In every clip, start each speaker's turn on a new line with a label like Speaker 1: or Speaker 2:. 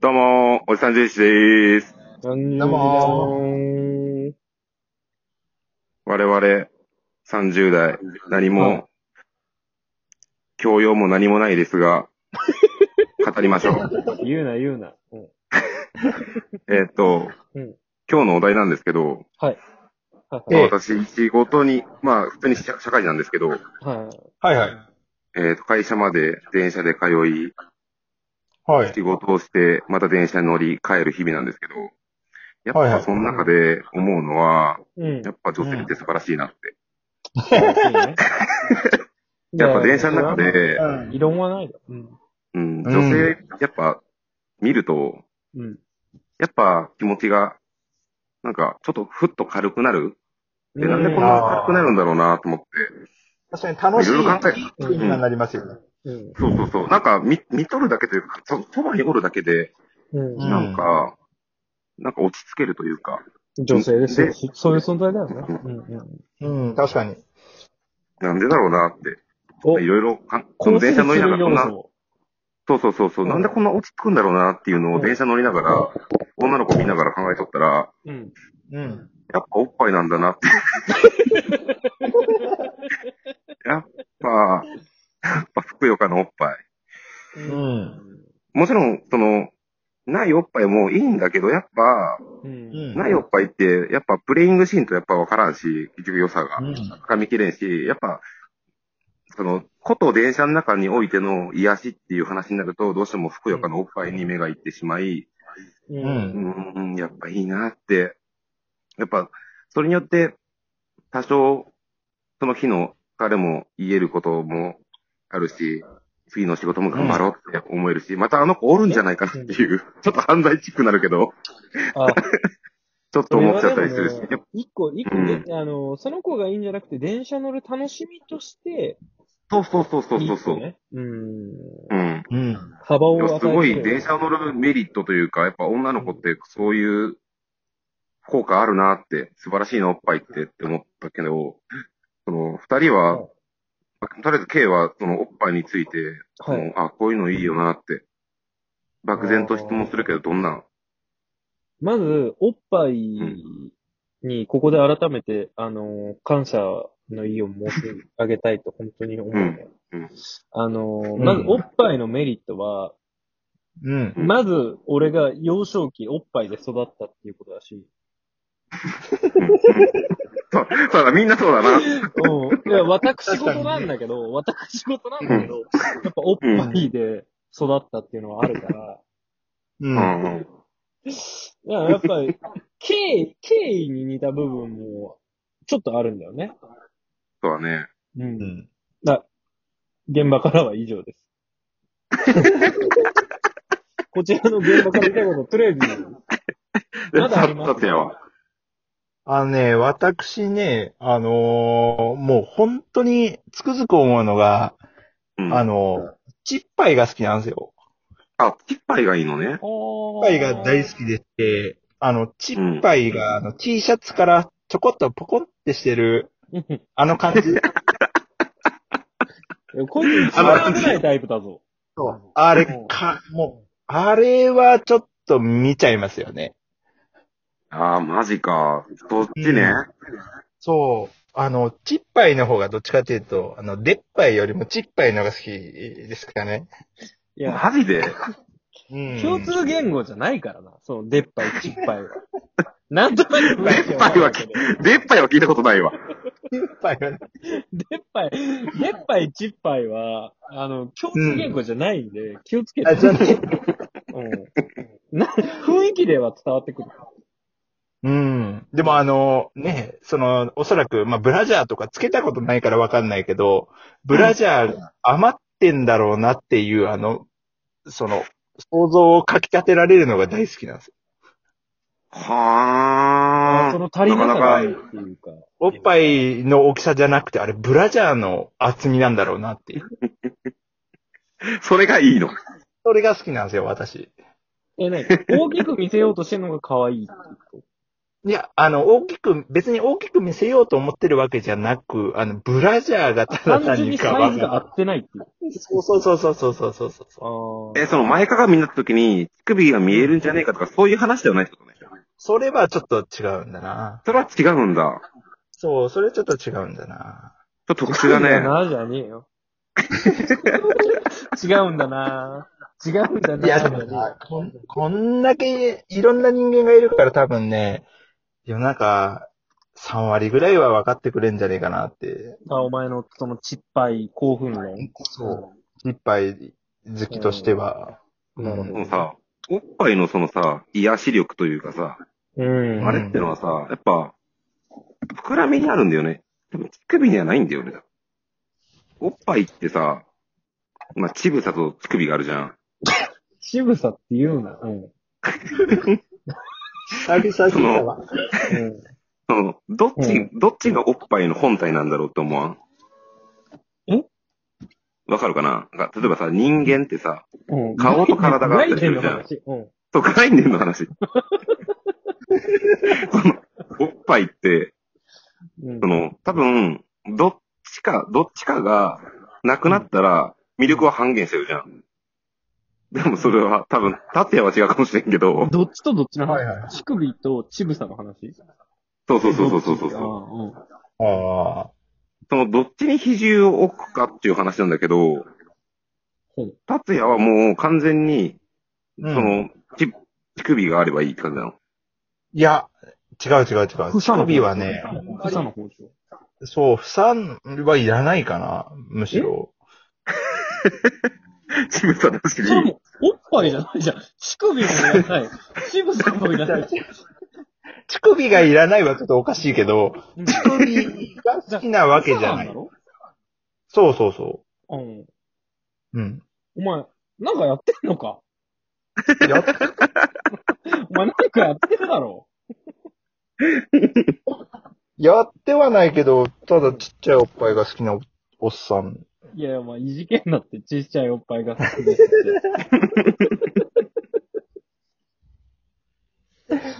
Speaker 1: どうもー、おじさんじいしでーす。
Speaker 2: どう
Speaker 3: どうも
Speaker 1: 我々、30代、何
Speaker 2: は
Speaker 1: も、教養も何もないです が、語りましょう。
Speaker 2: 言うな、言うな。うん
Speaker 1: えーっと、
Speaker 2: うん
Speaker 1: 今日のお題なんですけど、
Speaker 2: は
Speaker 3: ええ
Speaker 1: 私、仕事に、まあ、普通に社社会人なんですけど、
Speaker 2: いはい。
Speaker 3: はいはい。
Speaker 1: えーっと、会社まで電車で通い、
Speaker 3: はい。
Speaker 1: 仕事をして、また電車に乗り、帰る日々なんですけど、やっ
Speaker 3: はいは
Speaker 1: ぱ
Speaker 3: い
Speaker 1: その中で思うのは、
Speaker 2: うん。
Speaker 1: やっぱ女性って素晴らしいなって。
Speaker 2: や
Speaker 1: やっぱ電車の中。で、
Speaker 2: 異論はないよ。うん。
Speaker 1: うん、
Speaker 3: ん
Speaker 1: 女性、やっぱ、見ると、
Speaker 2: うん。
Speaker 1: やっぱ気持ちが、なんか、ちょっとふっと軽くなるで、なんでこんな軽くなるんだろうなと思って、
Speaker 3: 確かに楽
Speaker 1: い
Speaker 3: しい
Speaker 1: ろいろ考え、
Speaker 2: う
Speaker 3: 気
Speaker 2: ん
Speaker 3: になりますよね。
Speaker 2: うん。
Speaker 1: そうそうそう、なんか見、見とるだけというか、そそばにおるだけで、
Speaker 2: うん
Speaker 3: う
Speaker 1: なんか、なんか落ち着けるというか、
Speaker 2: 女性ですよ
Speaker 1: で。
Speaker 2: そういう存在だよね。うんうん。
Speaker 3: うん、確かに。
Speaker 1: なんでだろうなって、
Speaker 2: お
Speaker 1: いろいろかん、この電車乗りながらこんな、
Speaker 2: こ
Speaker 1: そうそうそう、そう
Speaker 2: うん
Speaker 1: なんでこんな落ち着くんだろうなっていうの
Speaker 2: う
Speaker 1: を
Speaker 2: ん
Speaker 1: 電車乗りながら、女の子見ながら考えとったら、
Speaker 2: うん。
Speaker 3: うん。
Speaker 1: やっぱおっぱいなんだな って。やっぱ、やっぱふくよかなおっぱい。
Speaker 3: うん。
Speaker 1: もちろん、その、ないおっぱいもいいんだけど、やっぱ、
Speaker 2: う。
Speaker 3: うんん。
Speaker 1: ないおっぱいって、やっぱプレイングシーンとやっぱ分からんし、結局良さが
Speaker 3: う。ん。
Speaker 1: 掴みきれんし、やっぱ、その、こと電車の中においての癒しっていう話になると、どうしてもふくよかなおっぱいに目がいってしまい、
Speaker 2: う。
Speaker 3: うんん。
Speaker 1: うーん、やっぱいいなって。やっぱ、それによって、多少、その日の疲れも言えることもあるし、次の仕事も頑張ろうって思えるし、またあの子おるんじゃないかなっていう、ちょっと犯罪チックになるけど、
Speaker 2: あ、
Speaker 1: ちょっと思っちゃったりするし、やっぱ
Speaker 2: 一個、一個
Speaker 1: うん
Speaker 2: ね、あの、その子がいいんじゃなくて、電車乗る楽しみとして、
Speaker 1: そうそうそうそうそうそう、
Speaker 2: いいってね。うん。
Speaker 1: うん。
Speaker 3: うん。
Speaker 2: 幅を
Speaker 1: で
Speaker 2: 与
Speaker 1: も
Speaker 2: え
Speaker 1: す
Speaker 2: て
Speaker 1: ごい電車を乗るメリットというか、やっぱ女の子ってそういう効果あるなって、素晴らしいな、おっぱいってって思ったけど、その、二人は、
Speaker 2: はい
Speaker 1: まあとりあえず K はそのおっぱいについて、そ
Speaker 2: はい。
Speaker 1: のあ、こういうのいいよなって、漠然と質問するけど、どんな、
Speaker 2: まず、おっぱいに、ここで改めて、あの、感謝の意を申し上げ たいと、本当に思うね
Speaker 1: うんうん。
Speaker 2: あの、
Speaker 3: うん
Speaker 2: まず、おっぱいのメリットは、
Speaker 3: うん。
Speaker 1: うん
Speaker 2: まず、俺が幼少期、おっぱいで育ったっていうことだし。
Speaker 1: そうそうだ、みんなそうだな。
Speaker 2: うん。いや、私事なんだけど、私事なんだけど、やっぱおっぱいで育ったっていうのはあるから、
Speaker 3: う。
Speaker 1: うんんうん。
Speaker 2: いや、やっぱり、経緯、経緯に似た部分も、ちょっとあるんだよね。
Speaker 1: そうだね。
Speaker 2: うん
Speaker 3: う。ん。
Speaker 2: 現場からは以上 です。こちらの現場から見たいこと、とりあえず、まだあります
Speaker 1: さ達也は。
Speaker 3: あのね、私ね、あのーもう本当につくづく思うのが、
Speaker 1: うん、
Speaker 3: あのー、ちっぱいが好きなんですよ。
Speaker 1: あ、チッパイがいいのね。
Speaker 2: お
Speaker 3: ちっぱいが大好きでして、あの、ちっぱいが、あの、T シャツからちょこっとポコンってしてる、
Speaker 2: き。
Speaker 3: あの感じ。
Speaker 2: こいつ一番危ないタイプだぞ。
Speaker 3: そう。あれ
Speaker 2: うん
Speaker 3: か、もう、あれはちょっと見ちゃいますよね。
Speaker 1: ああ、マジか。そっちね。
Speaker 3: うんそう。あの、ちっぱいの方がどっちかというと、あの、でっぱいよりもちっぱいのが好きですかね。
Speaker 2: いや、
Speaker 1: マジで
Speaker 3: うん。
Speaker 2: 共通言語じゃないからな。その、でっぱい、ちっぱい は。なんとなく雰囲気わかるけど、
Speaker 1: 出っぱいは聞いたことないわ。
Speaker 3: ちっぱいはね。
Speaker 2: でっぱい、でっぱい、ちっぱいは、あの、共通言語じゃないんで、気をつけて。
Speaker 3: あ、じゃあね。
Speaker 2: うん。な、雰囲気では伝わってくる。
Speaker 3: うん。でもあの、ね、その、おそらく、まあ、ブラジャーとかつけたことないからわかんないけど、ブラジャーが余ってんだろうなっていう、あの、その、想像をかき立てられるのが大好きなんですよ。
Speaker 1: はあ。
Speaker 2: その足りなさがあるっていうか。
Speaker 3: おっぱいの大きさじゃなくて、あれ、ブラジャーの厚みなんだろうなっていう。
Speaker 1: それがいいの。
Speaker 3: それが好きなんですよ、私。
Speaker 2: え、なに大きく見せようとしてるのが可愛いってこ
Speaker 3: いや、あの、大きく、別に大きく見せようと思ってるわけじゃなく、あの、ブラジャーがただ
Speaker 2: 単
Speaker 3: 単
Speaker 2: 純
Speaker 3: に
Speaker 2: に
Speaker 3: か
Speaker 2: サ
Speaker 3: わ
Speaker 2: イズが合ってないっていう。
Speaker 3: そうそうそうそうそうそうそうそう。
Speaker 2: あ
Speaker 1: え、その前かがみになった時に、乳首が見えるんじゃねえかとか、そういう話ではないってことね。
Speaker 3: それはちょっと違うんだな。
Speaker 1: それは違うんだ。
Speaker 3: そう、それちょっと違うんだな。
Speaker 1: ちょっと特殊だ
Speaker 2: 違うんだ
Speaker 1: ね。
Speaker 2: な、じゃねえよ。違うんだな。違うんだな。
Speaker 3: いや、で
Speaker 2: じゃね
Speaker 3: も
Speaker 2: えよ
Speaker 3: な、こん、こんだけいろんな人間がいるから多分ね、世の中3割ぐらいは分かってくれんじゃねえかなって、
Speaker 2: あ、お前のそのちっぱい興奮論。
Speaker 3: そいっぱい好きとしては。
Speaker 2: うんなるほど
Speaker 1: もうさ、おっぱいのそのさ、癒し力というかさ、
Speaker 2: う。うん。
Speaker 1: あれってのはさ、やっぱ、膨らみにあるんだよね。でも乳首にはないんだよね。おっぱいってさ、まあ、乳房と乳首があるじゃん。
Speaker 2: 渋さって言うな。うん。
Speaker 3: 久々聞いたわ。
Speaker 2: うん
Speaker 1: その、どっち、
Speaker 2: うん
Speaker 1: どっちがおっぱいの本体なんだろうって思わん
Speaker 2: え
Speaker 1: わかるかななんか例えばさ、人間ってさ、
Speaker 2: うん。
Speaker 1: 顔と体があ
Speaker 2: な
Speaker 1: ったり
Speaker 2: い
Speaker 1: す
Speaker 2: で
Speaker 1: る
Speaker 2: の
Speaker 1: じゃん。
Speaker 2: 話。うん。
Speaker 1: そう、概念の話。 その、おっぱいって、
Speaker 2: うん
Speaker 1: その、多分、どっちか、どっちかがなくなったら、魅力は半減してるじゃん。でもそれは、多分、達也は違うかもしれんけど、
Speaker 2: どっちとどっちの
Speaker 3: はいはいは
Speaker 2: 話乳首とちぶさの話
Speaker 1: そうそうそうそうそうそう。
Speaker 2: あ
Speaker 3: ああ。
Speaker 1: その、どっちに比重を置くかっていう話なんだけど
Speaker 2: ほう、
Speaker 1: 達也はもう完全に、
Speaker 3: う
Speaker 1: そ
Speaker 3: ん
Speaker 1: の、ち乳首があればいいって感じな の。
Speaker 3: いや、違う違う違う。
Speaker 2: あ。草の方
Speaker 3: 乳首はね、
Speaker 2: 草の方でしょ。
Speaker 3: そう、負産はいらないかな、むしろ。
Speaker 1: ちぶさなし
Speaker 2: そ
Speaker 1: に
Speaker 2: れ。も、おっぱいじゃないじゃん。乳首もいらない。ちぶさもいら ない。
Speaker 3: 乳首がいらないはちょっとおかしいけど、
Speaker 2: うん
Speaker 3: 乳首が好きなわけじゃ
Speaker 2: 草
Speaker 3: な
Speaker 2: んだ
Speaker 3: い。
Speaker 2: ろ
Speaker 3: そうそうそ
Speaker 2: うん。
Speaker 3: う。うん。
Speaker 2: お前、なんかやってんのか
Speaker 3: やっ
Speaker 2: お前なんかやってるだろ
Speaker 3: やってはないけど、ただちっちゃいおっぱいが好きなおおっさん。
Speaker 2: いやいや、お前、いじけんなって、ちっちゃいおっぱいが好きですって。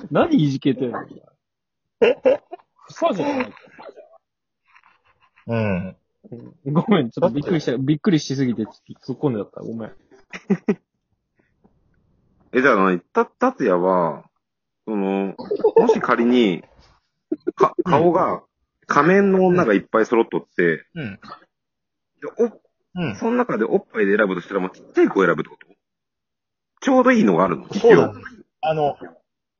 Speaker 2: 何いじけてんの草じゃない。
Speaker 3: うん。
Speaker 2: うんごめん、ちょっとびっくりした。びっくりしすぎて、ちょっと突っ込んでやった。ごめん。
Speaker 1: え、じゃあ何、た、達也は、そ の、もし仮に、か、顔が、仮面の女がいっぱい揃っとって、
Speaker 3: うん。
Speaker 1: で
Speaker 3: う
Speaker 1: お、
Speaker 3: ん。
Speaker 1: その中でおっぱいで選ぶとしたら、もうちっちゃい子を選ぶってことちょうどいいのがあるの
Speaker 3: そうだね。あの、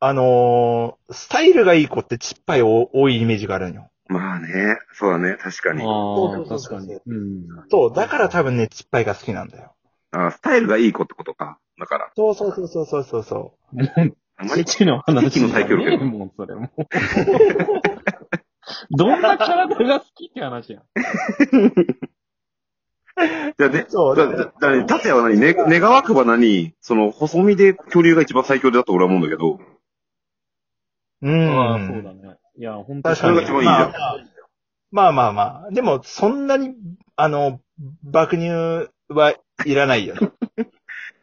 Speaker 3: あのースタイルがいい子ってちっぱいお多いイメージがあるんよ。
Speaker 1: まあね、そうだね、確かに。
Speaker 2: ああ、
Speaker 3: そう
Speaker 2: 確
Speaker 3: そうそう
Speaker 2: かに。うん。
Speaker 3: そう、だから多分ね、ちっぱいが好きなんだよ。
Speaker 1: あスタイルがいい子ってことか。だから、
Speaker 3: そうそうそうそうそうそうそ
Speaker 1: あまり、
Speaker 2: 父の話
Speaker 1: 父の最強力
Speaker 2: じゃねえもん、それもう。 どんな体が好きって話やん。
Speaker 1: じゃあね、
Speaker 3: そう
Speaker 1: だ、だ、だね、達也は何、ね、願わくばなに、その、細身で恐竜が一番最強だと俺は思うんだけど、
Speaker 3: う。うん。
Speaker 2: ああ、そうだね。いや、本当
Speaker 3: 確かに。
Speaker 1: それが一番いいじゃん
Speaker 3: まあまあまあまあ。でも、そんなに、あの、爆乳はいらないよね。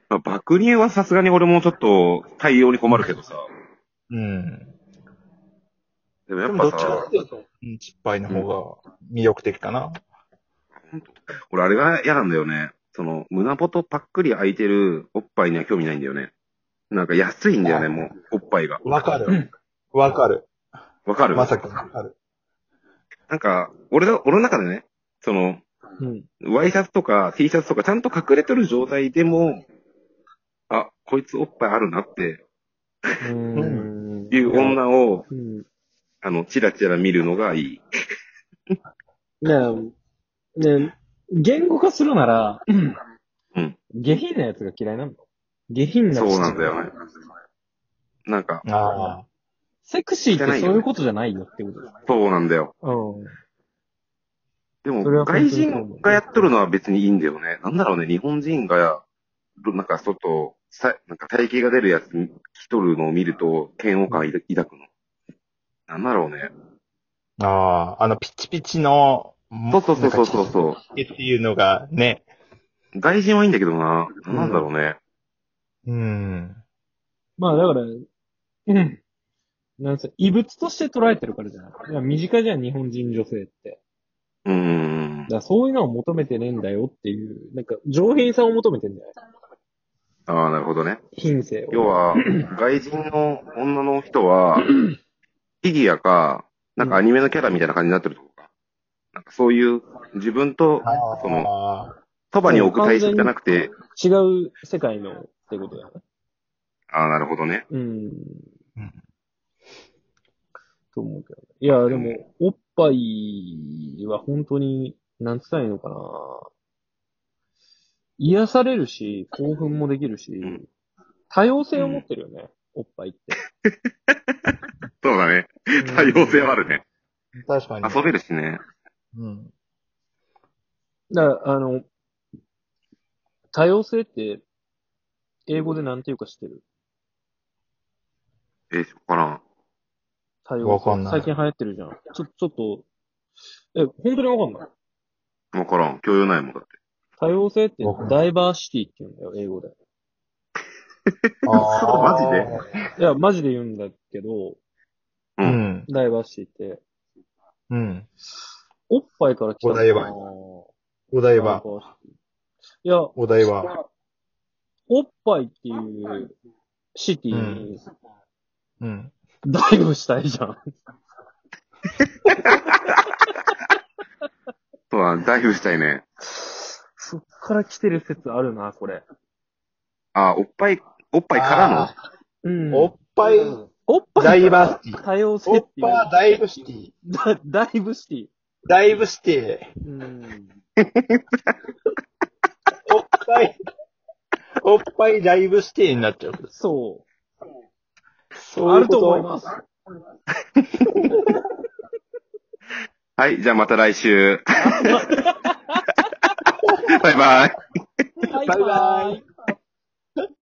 Speaker 1: まあ、爆乳はさすがに俺もちょっと対応に困るけどさ。
Speaker 3: うん。
Speaker 1: でもや
Speaker 3: で
Speaker 1: っ
Speaker 3: も、ど
Speaker 1: ぱ
Speaker 3: っちかっ
Speaker 1: さ、
Speaker 3: ていうと、うんちっぱいの方が魅力的かな。
Speaker 1: 俺あれが嫌なんだよね。その、胸元パックリ開いてるおっぱいには興味ないんだよね。なんか安いんだよね、もう、おっぱいが。
Speaker 3: わかる。わかる。
Speaker 1: わかる
Speaker 3: まさきわかる。
Speaker 1: なんか、俺の、俺の中でね、その、
Speaker 2: うん。
Speaker 1: ワイシャツとか T シャツとかちゃんと隠れてる状態でも、あ、こいつおっぱいあるなって
Speaker 2: うん。
Speaker 1: いう女を、
Speaker 2: うん。
Speaker 1: あの、チラチラ見るのがいい。
Speaker 2: ねえ、ねえ、言語化するなら、
Speaker 1: うん
Speaker 2: 下品なやつが嫌いなの下品な
Speaker 1: そうなんだよね。なんか、
Speaker 3: ああ。
Speaker 2: セクシーってそういうことじゃないよってことだ。
Speaker 1: そうなんだよ。
Speaker 2: うん。
Speaker 1: で
Speaker 2: そ
Speaker 1: も、
Speaker 2: れは本当に
Speaker 1: 外
Speaker 2: そう
Speaker 1: 人がやっとるのは別にいいんだよね。なんだろうね、日本人が、なんか外、さなんか体型が出るやつ着とるのを見ると、嫌悪感い抱くの。なんだろうね。
Speaker 3: ああ。あの、ピチピチの、
Speaker 1: そうそうそうそう
Speaker 3: う。
Speaker 1: そ
Speaker 3: っていうのが、ね。
Speaker 1: う。外人はいいんだけどな。
Speaker 2: うん
Speaker 1: なんだろうね。
Speaker 3: うん。
Speaker 2: まあだから、うん。なんせ、異物として捉えてるからじゃない。いや身近じゃん、日本人女性って。
Speaker 1: うーん
Speaker 2: だ。からそういうのを求めてねえんだよっていう、なんか、上品さを求めてんだよ。
Speaker 1: ああ、なるほどね。
Speaker 2: 品性を。
Speaker 1: 要 は、外人の女の人は、フィギュアか、なんかアニメのキャラみたいな感じになってるとこか。なんかそういう、自分と、その、
Speaker 3: あ
Speaker 1: そばに置く対象じゃなくて、
Speaker 2: 違う世界のってことだよね。
Speaker 1: ああ、なるほどね。
Speaker 2: うん。
Speaker 3: うん
Speaker 2: と思うけど。いや、でも、おっぱいは本当に、なんつったらいいのかな。癒されるし、興奮もできるし
Speaker 1: ん、
Speaker 2: 多様性を持ってるよね、おっぱいって。
Speaker 1: そうだね。 多様性はあるね。
Speaker 3: ー確かに。
Speaker 1: 遊べるしね。
Speaker 3: うん。
Speaker 2: だから、あの、多様性って、英語でなんていうか知ってる
Speaker 1: えー、しょうかな。
Speaker 2: 多様性。
Speaker 3: わかんな
Speaker 2: 最
Speaker 3: い
Speaker 2: 近流行ってるじゃん。ちょ、ちょっと、え、本当にわかんない。
Speaker 1: わからん。教養ないもんだって。
Speaker 2: 多様性って
Speaker 3: わかんな
Speaker 2: ダイバーシティって言うんだよ、英語で。
Speaker 1: あー
Speaker 3: マジで
Speaker 2: いや、マジで言うんだけど、
Speaker 1: う。
Speaker 3: うんん。
Speaker 2: ダイバーシティって、
Speaker 3: うん。
Speaker 2: おっぱいから来たのかな
Speaker 3: お台場お台場。
Speaker 2: バーシティいや、
Speaker 3: お台場。
Speaker 2: おっぱいっていうシティに
Speaker 3: うん。
Speaker 2: ダイブしたいじゃん。
Speaker 1: そうだ、ダイブしたいね。
Speaker 2: そっから来てる説あるな、これ。
Speaker 1: ああ、おっぱい、おっぱいからの
Speaker 3: あ
Speaker 2: うん。
Speaker 3: ーおっぱい、
Speaker 2: おっぱい
Speaker 3: ダイバーシティ。
Speaker 2: 多様性
Speaker 3: お
Speaker 2: っ
Speaker 3: って
Speaker 2: いう。
Speaker 3: ぱいダイブシティ。
Speaker 2: だダイブシティ。
Speaker 3: ダイブシテ
Speaker 2: うん。
Speaker 3: ィ。おっぱい、おっぱいダイブシティになっちゃう。
Speaker 2: そ。
Speaker 3: そう
Speaker 2: あ
Speaker 3: うい
Speaker 2: る
Speaker 3: うこと
Speaker 2: と思います。
Speaker 1: はい、じゃあまた来週。バイバイ。
Speaker 2: バイ
Speaker 3: バイバイ
Speaker 2: イ。